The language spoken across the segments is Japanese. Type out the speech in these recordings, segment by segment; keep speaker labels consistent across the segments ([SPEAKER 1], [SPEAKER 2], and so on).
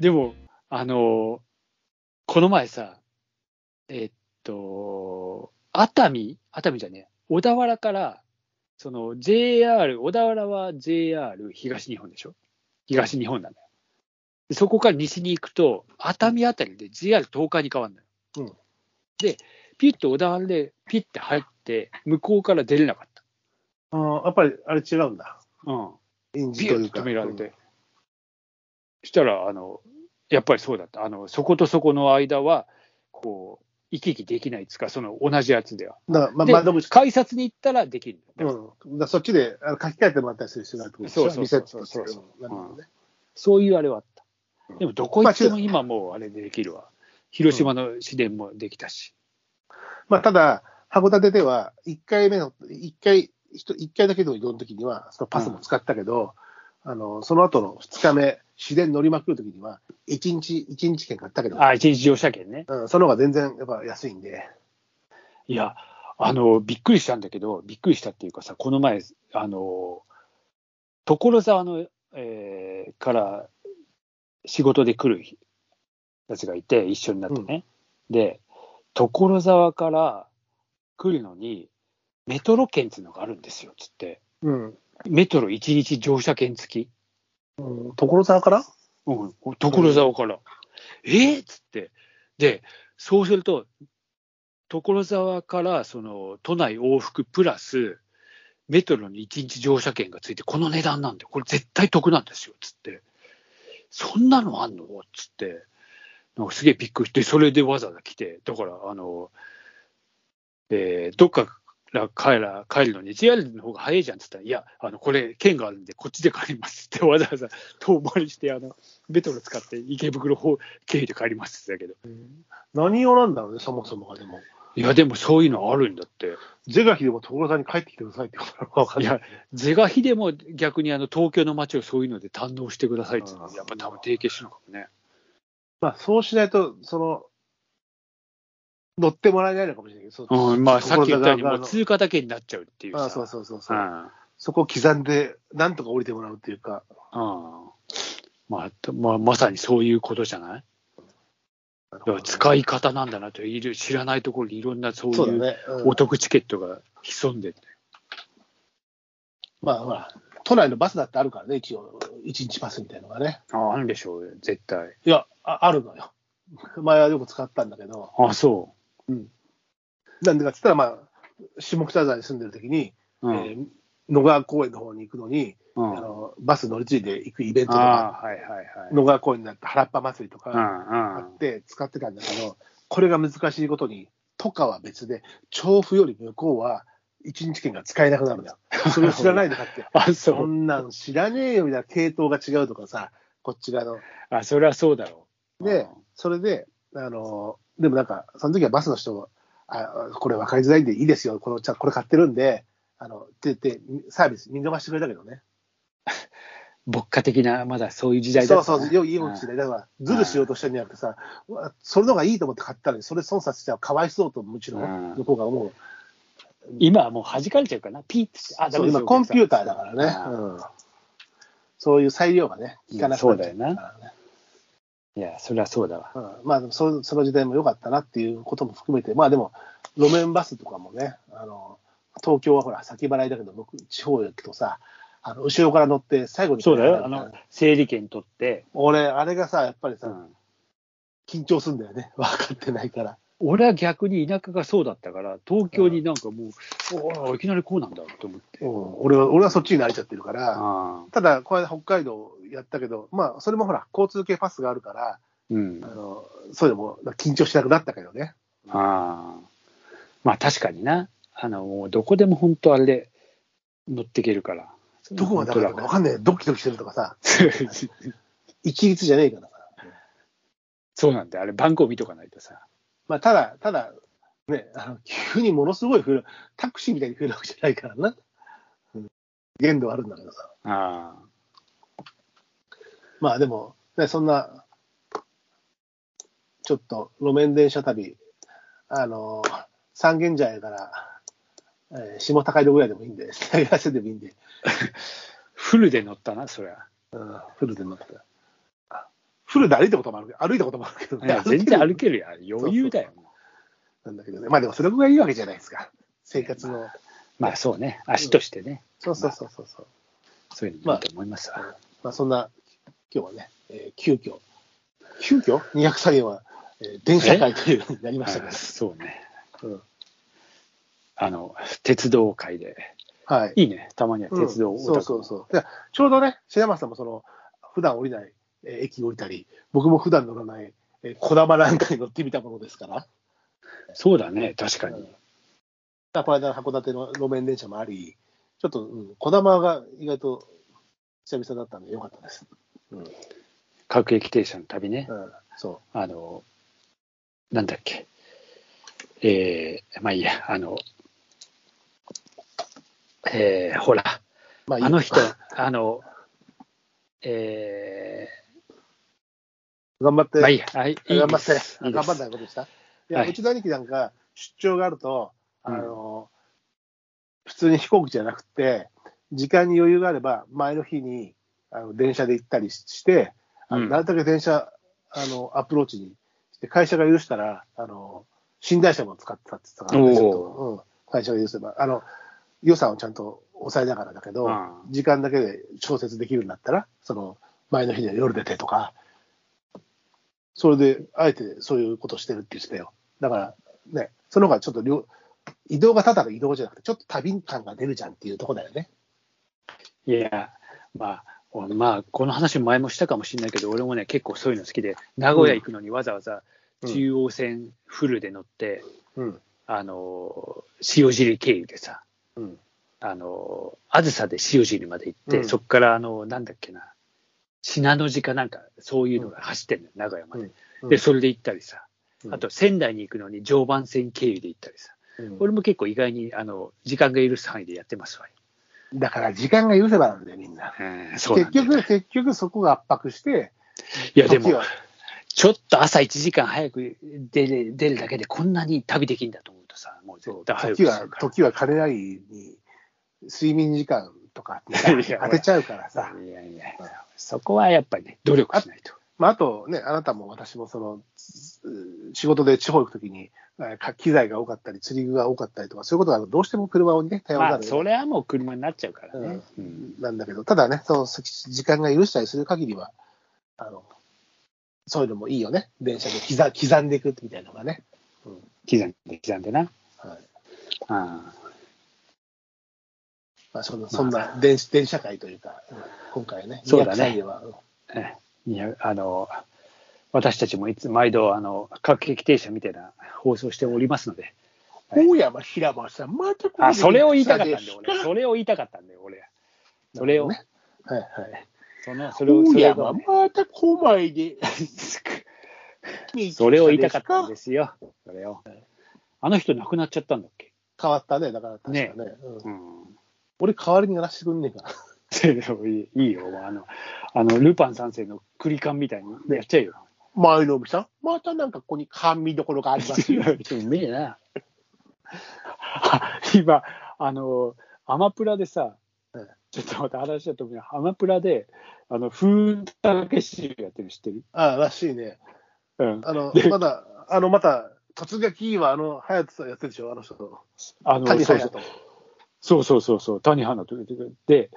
[SPEAKER 1] でも、あの、この前さ、えっと、熱海熱海じゃねえ小田原から、その JR、小田原は JR 東日本でしょ東日本なんだよ。でそこから西に行くと、熱海あたりで JR 東海に変わるのよ。
[SPEAKER 2] うん
[SPEAKER 1] で、ピッと小田原でピッて入って、向こうから出れなかっ
[SPEAKER 2] あーやっぱりあれ違うんだ。
[SPEAKER 1] た。うん。
[SPEAKER 2] 演
[SPEAKER 1] ビ
[SPEAKER 2] じと
[SPEAKER 1] ュ
[SPEAKER 2] い
[SPEAKER 1] ッ
[SPEAKER 2] うか。
[SPEAKER 1] と止められて、したらあのやっぱりそうだったあのそことそこの間はこう行き来できないっつうかその同じやつでは、
[SPEAKER 2] うん。だから、ま、
[SPEAKER 1] で
[SPEAKER 2] 窓口か。
[SPEAKER 1] 改札に行ったらできる、
[SPEAKER 2] うん。だからそっちであの書き換えてもらったりする必要があるってことでし
[SPEAKER 1] そうそうそう
[SPEAKER 2] ょ
[SPEAKER 1] そう
[SPEAKER 2] リセットとしてうんなるほどね。
[SPEAKER 1] そういうあれはあった
[SPEAKER 2] うん
[SPEAKER 1] でもどこ行っても今もうあれでできるわ広島の市電もできたし、
[SPEAKER 2] まあ、ただ、函館では、1回目の、一回、ひと一回だけの移動の時には、そのパスも使ったけど、あの、その後の2日目、自然乗りまくる時には、1日、一日券買ったけど、
[SPEAKER 1] あ一日乗車券ね
[SPEAKER 2] うん、その方が全然やっぱ安いんで、
[SPEAKER 1] いやあのびっくりしたんだけどびっくりしたっていうかさこの前あの所沢の、えーから仕事で来る人たちがいて一緒になってね、で所沢から来るのにメトロ券っていうのがあるんですよつって
[SPEAKER 2] うん。
[SPEAKER 1] メトロ1日乗車券付き、
[SPEAKER 2] うん、所沢から
[SPEAKER 1] うん、所沢から、えっ、つってでそうすると所沢からその都内往復プラスメトロに1日乗車券がついてこの値段なんでこれ絶対得なんですよつってそんなのあんのつってなんかすげえびっくりしてそれでわざわざ来てだからあの、えーどっかから帰ら帰るのに JR の方が早いじゃんっつったら「いやあのこれ券があるんでこっちで帰ります」ってわざわざ遠回りしてあのメトロ使って池袋方経由で帰りますって言ってたけど
[SPEAKER 2] 何用なんだろうね、そもそもがでも。
[SPEAKER 1] いやでもそういうのあるんだって。
[SPEAKER 2] 是が非でも所沢に帰ってきてくださいってことなのか分かん
[SPEAKER 1] い
[SPEAKER 2] ない。
[SPEAKER 1] や、是が非でも逆にあの東京の街をそういうので堪能してくださいっていうのは
[SPEAKER 2] あー
[SPEAKER 1] やっぱ多分提携してるのかもね。
[SPEAKER 2] まあ、そうしないと、その、乗ってもらえないのかもしれないけど、そ
[SPEAKER 1] うん、まあさっき言ったように、も
[SPEAKER 2] 所沢側
[SPEAKER 1] う
[SPEAKER 2] の
[SPEAKER 1] 通過だけになっちゃうっていうさ。
[SPEAKER 2] あそうそうそうそうう。
[SPEAKER 1] ん。
[SPEAKER 2] そこを刻んで、なんとか降りてもらうっていうか、
[SPEAKER 1] うんまあ、とまあ、まさにそういうことじゃないだ
[SPEAKER 2] なるほ
[SPEAKER 1] か
[SPEAKER 2] ど
[SPEAKER 1] ら使い方なんだなといる、知らないところにいろんなそう
[SPEAKER 2] そうだ
[SPEAKER 1] いう
[SPEAKER 2] ね。うん
[SPEAKER 1] お得チケットが潜んでて。
[SPEAKER 2] まあほら、都内のバスだってあるからね、一応、一日バスみたいなのがね。
[SPEAKER 1] ああ、あるでしょうよ、絶対。
[SPEAKER 2] いや、ああるのよ。 前はよく使ったんだけど、
[SPEAKER 1] ああ、そ
[SPEAKER 2] なんでかって言ったら、まあ、下北沢に住んでる時に、
[SPEAKER 1] う。うん。
[SPEAKER 2] えー野川公園の方に行くのに、
[SPEAKER 1] う
[SPEAKER 2] あ
[SPEAKER 1] ん、あ
[SPEAKER 2] のバス乗り継いで行くイベントとか、
[SPEAKER 1] あ、はいはいはい。
[SPEAKER 2] 野川公園になって原っぱ祭りと
[SPEAKER 1] う
[SPEAKER 2] か
[SPEAKER 1] ん
[SPEAKER 2] あ
[SPEAKER 1] うん
[SPEAKER 2] っ。て使ってたんだけど、これが難しいことに、都下は別で、調布より向こうは一日券が使えなくなるのよ。それを知らないのかって。
[SPEAKER 1] あ、そ
[SPEAKER 2] そ
[SPEAKER 1] うん
[SPEAKER 2] なん知らねえよみたいな系統が違うとかさ、こっち側の。
[SPEAKER 1] あ、それはそうだろう。
[SPEAKER 2] で、それで、あの、でもなんか、その時はバスの人が、あこれ分かりづらいんでいいですよ、このちゃこれ買ってるんで、あの、って言って、サービス見逃してくれたけどね。
[SPEAKER 1] 牧歌的な、まだそういう時代だ
[SPEAKER 2] そ
[SPEAKER 1] っ
[SPEAKER 2] う
[SPEAKER 1] たな
[SPEAKER 2] そう、よいいもん時代だから、ズルしようとしてんじゃなくてさ、うわそれの方がいいと思って買ったのに、それ損させちゃうかわいそうと、もちろ
[SPEAKER 1] うん
[SPEAKER 2] ん、向こうが思う。
[SPEAKER 1] 今はもう弾かれちゃうからな、ピッてして、あ、ダ
[SPEAKER 2] そう
[SPEAKER 1] メです
[SPEAKER 2] 今、
[SPEAKER 1] よ
[SPEAKER 2] コンピューターだからね。
[SPEAKER 1] あ
[SPEAKER 2] うんそういう裁量がね、効かなくなっちゃ
[SPEAKER 1] う
[SPEAKER 2] う
[SPEAKER 1] そ
[SPEAKER 2] んか
[SPEAKER 1] うだよな
[SPEAKER 2] らね。
[SPEAKER 1] いや、それはそうだわ。
[SPEAKER 2] うんまあでもそ、その時代も良かったなっていうことも含めて、まあでも、路面バスとかもね、あの東京はほら、先払いだけど、僕、地方へ行くとさ、あの後ろから乗って、最後に
[SPEAKER 1] そうだよ、あの、整理券取って、
[SPEAKER 2] 俺、あれがさ、やっぱりさ、
[SPEAKER 1] うん
[SPEAKER 2] 緊張するんだよね、 分かってないから。
[SPEAKER 1] 俺は逆に田舎がそうだったから、東京になんかもう、おおいきなりこうなんだと思って。
[SPEAKER 2] うん俺は俺はそっちに慣れちゃってるから、
[SPEAKER 1] ああ
[SPEAKER 2] ただ、これ北海道やったけど、まあ、それもほら、交通系パスがあるから、
[SPEAKER 1] うん
[SPEAKER 2] あ。のそれでも緊張しなくなったけどね。
[SPEAKER 1] ああ。まあ確かにな。あの、もうどこでも本当あれで乗っていけるから。
[SPEAKER 2] どこまで上がるか分かんない、ドキドキしてるとかさ、一律じゃねえからさ。
[SPEAKER 1] そうなんだよ、あれ番号見とかないとさ。
[SPEAKER 2] まあ、ただ、ただ、ね、あの急にものすごい増える、タクシーみたいに増えるわけじゃないからな。うん、限度はあるんだけどさ。
[SPEAKER 1] ああ。
[SPEAKER 2] まあでも、ね、そんな、ちょっと路面電車旅、あの、三軒茶屋から、えー下高井戸ぐらいでもいいんで、下井瀬でもいいんで、
[SPEAKER 1] フルで乗ったな、そりゃ。
[SPEAKER 2] うん、フルで乗って。フルで歩いたこともあるけ ど、歩いたこともあるけど
[SPEAKER 1] い
[SPEAKER 2] ね
[SPEAKER 1] や、全然歩
[SPEAKER 2] け
[SPEAKER 1] けるやん。余裕だよ。
[SPEAKER 2] なんだけどね。まあでもそれがいいわけじゃないですか。生活の。
[SPEAKER 1] まあそうね、足としてね、
[SPEAKER 2] そうそうそうそうそう。
[SPEAKER 1] そういうのもいいと思いますわ。
[SPEAKER 2] まあそんな、今日はね、えー急遽、急遽 ?200 歳は、えー電車会というのになりましたけ
[SPEAKER 1] はいそうね。
[SPEAKER 2] ど。うん
[SPEAKER 1] あの、鉄道会で。
[SPEAKER 2] はい。
[SPEAKER 1] いいね、たまには鉄道
[SPEAKER 2] うん
[SPEAKER 1] オ
[SPEAKER 2] そ
[SPEAKER 1] タ
[SPEAKER 2] う
[SPEAKER 1] ク
[SPEAKER 2] そう
[SPEAKER 1] も
[SPEAKER 2] そう。でちょうどね、白山さんもその、普段降りない、えー駅降りたり、僕も普段乗らない、えー、小玉なんかに乗ってみたものですから、
[SPEAKER 1] そうだね、確かに。
[SPEAKER 2] この間の函館の路面電車もあり、ちょっと、うん、小玉が意外と久々だったんでよかったです。うん。うん、
[SPEAKER 1] 各駅停車の旅ね。
[SPEAKER 2] そ
[SPEAKER 1] あの、なんだっけ。えー、まあいいや、あの、えー、ほら、
[SPEAKER 2] う。まいい
[SPEAKER 1] あの人、あの、え
[SPEAKER 2] 頑張って、
[SPEAKER 1] ー、まあいいや、はい、いいです
[SPEAKER 2] 頑張って、
[SPEAKER 1] いいで
[SPEAKER 2] 頑
[SPEAKER 1] す
[SPEAKER 2] 張んないことでした。いや、
[SPEAKER 1] はいう
[SPEAKER 2] ちの兄貴なんか、出張があると、あ
[SPEAKER 1] うん
[SPEAKER 2] の、普通に飛行機じゃなくて、時間に余裕があれば、前の日にあの電車で行ったりしして、あ
[SPEAKER 1] う
[SPEAKER 2] の
[SPEAKER 1] ん
[SPEAKER 2] なるだけ電車、あの、アプローチにして、会社が許したら、あの、寝台車も使ってたって言ってたからね、
[SPEAKER 1] おー
[SPEAKER 2] ちょっとうん、会社が許せば、あの、予算をちゃんと抑えながらだけど、
[SPEAKER 1] うん
[SPEAKER 2] 時間だけで調節できるんだったら、その、前の日には夜出てとか、それで、あえてそういうことしてるって言ってたよ。だから、ね、その方がちょっと両、移動がただの移動じゃなくて、ちょっと旅感が出るじゃんっていうとこだよね。
[SPEAKER 1] いや、まあ、おまあ、この話前もしたかもしれないけど、俺もね、結構そういうの好きで、名古屋行くのにわざわざ
[SPEAKER 2] うん
[SPEAKER 1] 中央線フルで乗って、
[SPEAKER 2] うん。
[SPEAKER 1] あの、塩尻経由でさ、
[SPEAKER 2] うん。
[SPEAKER 1] あの、あずさで塩尻まで行って、
[SPEAKER 2] うん
[SPEAKER 1] そこから、あの、なんだっけな、信濃路かなんか、そういうのが走ってるのよ、名古屋まで。
[SPEAKER 2] うん
[SPEAKER 1] で、それで行ったりさ、
[SPEAKER 2] うん
[SPEAKER 1] あと仙台に行くのに常磐線経由で行ったりさ、俺も結構意外に、あの、時間が許す範囲でやってますわよ。
[SPEAKER 2] だから、時間が許せばなんだよ、みんな。
[SPEAKER 1] そうな
[SPEAKER 2] 結
[SPEAKER 1] んだよ
[SPEAKER 2] 局、結局そこが圧迫して、
[SPEAKER 1] いや、でも
[SPEAKER 2] 時は、
[SPEAKER 1] ちょっと朝1時間早く出る出るだけでこんなに旅できるんだと思うとさ、もう絶対早く
[SPEAKER 2] 時
[SPEAKER 1] す
[SPEAKER 2] は
[SPEAKER 1] るか、ら
[SPEAKER 2] 時は金なりに、睡眠時間とかに
[SPEAKER 1] いや
[SPEAKER 2] 当てちゃうからさ。
[SPEAKER 1] いやいや、そこはやっぱりね、努力しないと。
[SPEAKER 2] まあ、あとね、あなたも私もそのつう仕事で地方行くときに、えーか機材が多かったり、釣り具が多かったりとか、そういうことがあるとどうしても車をね、頼ら
[SPEAKER 1] ま
[SPEAKER 2] ざ
[SPEAKER 1] あ、
[SPEAKER 2] る
[SPEAKER 1] それはもう車になっちゃうからね。
[SPEAKER 2] う
[SPEAKER 1] うん
[SPEAKER 2] なんだけど、ただね、その時間が許したりする限りは、あのそういうのもいいよね、電車で刻刻んでいくみたいなのがね。
[SPEAKER 1] 刻んで、刻んでな。
[SPEAKER 2] はい
[SPEAKER 1] あ
[SPEAKER 2] まあ、そのそんな電子電車会というか、うん今回はね、
[SPEAKER 1] そうだね
[SPEAKER 2] 200では、うん
[SPEAKER 1] あええいや、あの、私たちもいつ、毎度、あの、各駅停車みたいな放送しておりますので。はい
[SPEAKER 2] 大山、平間さん、またこ
[SPEAKER 1] あ、それを言いたかったん
[SPEAKER 2] で
[SPEAKER 1] です
[SPEAKER 2] か、
[SPEAKER 1] 俺。それを言いたかったんで、俺。それを、
[SPEAKER 2] ねはいはい、
[SPEAKER 1] その、それを、そ
[SPEAKER 2] 大
[SPEAKER 1] れ
[SPEAKER 2] 山、
[SPEAKER 1] を、
[SPEAKER 2] また小前で。
[SPEAKER 1] それを言いたかったんですよ。それを。あの人亡くなっちゃったんだっけ
[SPEAKER 2] 変わったね、だから確かね。
[SPEAKER 1] ね
[SPEAKER 2] うん
[SPEAKER 1] うん。
[SPEAKER 2] 俺、代わりにやらせてくんねえか
[SPEAKER 1] い いよ、あの、あの、ルパン三世のクリカンみたいにやっちゃえよ。
[SPEAKER 2] な。前のみさん、またなんかここに甘味どころがあり ますよ。
[SPEAKER 1] うめえな。 今、あの、アマプラでさ
[SPEAKER 2] うん、
[SPEAKER 1] ちょっとまた話だと思うけどアマプラで、あの、風雲たけしやってる知ってる
[SPEAKER 2] ああ、らしいね。
[SPEAKER 1] うん。
[SPEAKER 2] あの
[SPEAKER 1] で、
[SPEAKER 2] まだ、あの、また、突撃は、あの、隼人さんやってるでしょ、あの人。
[SPEAKER 1] あの、
[SPEAKER 2] 谷
[SPEAKER 1] そうそ
[SPEAKER 2] 隼
[SPEAKER 1] う
[SPEAKER 2] 人。
[SPEAKER 1] そうそうそうそう、谷花と。で、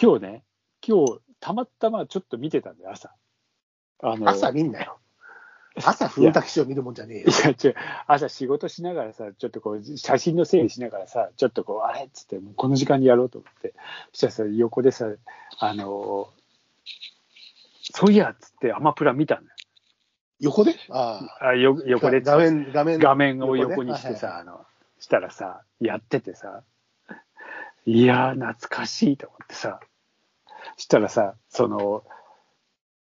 [SPEAKER 1] 今日ね、今日、たまたまちょっと見てたんだよ、朝。あの
[SPEAKER 2] 朝見 んなよ。朝、風太吉を見るもんじゃねえよ
[SPEAKER 1] い。や、違う、朝仕事しながらさ、ちょっとこう、写真の整理しながらさ、ちょっとこう、あれっつって、もうこの時間にやろうと思って、そしたらさ、横でさ、あのーそういやっつって、アマプラ見たのよ。
[SPEAKER 2] 横であ
[SPEAKER 1] あよ
[SPEAKER 2] あ。
[SPEAKER 1] 横でっつって
[SPEAKER 2] 画面、画面。
[SPEAKER 1] 画面を横にしてさ、あの、したらさ、やっててさ、いやー、懐かしいと思ってさ、したらさ、その、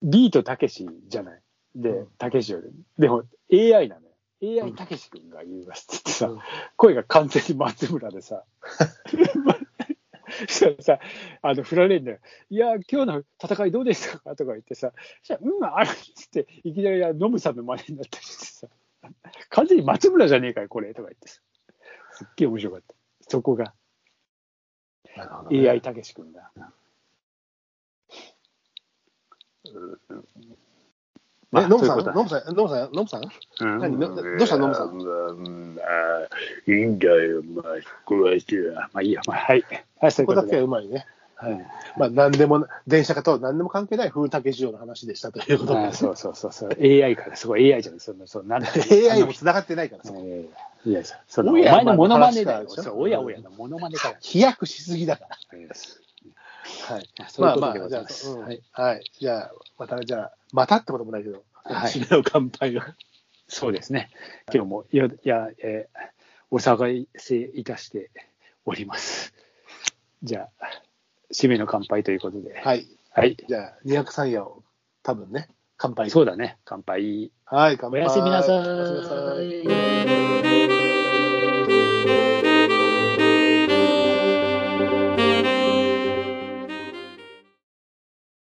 [SPEAKER 1] ビートたけしじゃない。
[SPEAKER 2] う
[SPEAKER 1] で
[SPEAKER 2] ん、
[SPEAKER 1] たけしより。でも、AI なのよ。
[SPEAKER 2] う
[SPEAKER 1] AI
[SPEAKER 2] ん
[SPEAKER 1] たけし君が言いますって言ってさ、
[SPEAKER 2] うん
[SPEAKER 1] 声が完全に松村でさ、したらさ、あの、振られるんだよ。いやー、今日の戦いどうでしたかとか言ってさ、そしたらうん、あれっつって、いきなりあのノムさんの真似になったりしてさ、完全に松村じゃねえかよ、これ、とか言ってさ、すっげえ面白かった。そこが、
[SPEAKER 2] なるほどね
[SPEAKER 1] AI たけし君が。まあ
[SPEAKER 2] え、ノム
[SPEAKER 1] そ
[SPEAKER 2] さん、
[SPEAKER 1] ういうことだ
[SPEAKER 2] ノムさん、ノムさん、ノムさん
[SPEAKER 1] うん
[SPEAKER 2] 何どどうしたノムさん
[SPEAKER 1] うんあいいんだよ、まあ、これはしてまあいいや、まあ、はい。はい、そう
[SPEAKER 2] こ
[SPEAKER 1] いうこ
[SPEAKER 2] こだ
[SPEAKER 1] と
[SPEAKER 2] け
[SPEAKER 1] で。
[SPEAKER 2] はうまいね。
[SPEAKER 1] はい
[SPEAKER 2] まあ、何でも、電車かと何でも関係ない風竹城の話でしたということ
[SPEAKER 1] あ
[SPEAKER 2] で
[SPEAKER 1] ー。そうそうそうそう、AI から、すごい AI じゃん、そんな、そうなんだ
[SPEAKER 2] AI も繋がってないから
[SPEAKER 1] あ
[SPEAKER 2] さ
[SPEAKER 1] の。えーいや、そのお
[SPEAKER 2] おや
[SPEAKER 1] 前のモノマネだ
[SPEAKER 2] まあ
[SPEAKER 1] よ。
[SPEAKER 2] 話からでしょ
[SPEAKER 1] そうおやおやのモノマネから。
[SPEAKER 2] 飛躍しすぎだから。はい。
[SPEAKER 1] そういう
[SPEAKER 2] まあ
[SPEAKER 1] こと
[SPEAKER 2] ま
[SPEAKER 1] でご
[SPEAKER 2] あ、じ
[SPEAKER 1] ざ
[SPEAKER 2] ゃ
[SPEAKER 1] い
[SPEAKER 2] あ、
[SPEAKER 1] ます。
[SPEAKER 2] うん
[SPEAKER 1] は
[SPEAKER 2] はいい。じゃあ、また、じゃあ、またってこともないけど、
[SPEAKER 1] はい
[SPEAKER 2] 締めの乾杯を。
[SPEAKER 1] そうですね。今日も、いや、いやえーお騒がせいたしております。じゃあ、締めの乾杯ということで。
[SPEAKER 2] はい。
[SPEAKER 1] はい。
[SPEAKER 2] じゃあ、203夜を、多分ね、乾杯。
[SPEAKER 1] そうだね。乾杯。
[SPEAKER 2] はい、乾
[SPEAKER 1] お
[SPEAKER 2] 杯。
[SPEAKER 1] やすみなさ
[SPEAKER 2] おやすみなさい
[SPEAKER 1] い。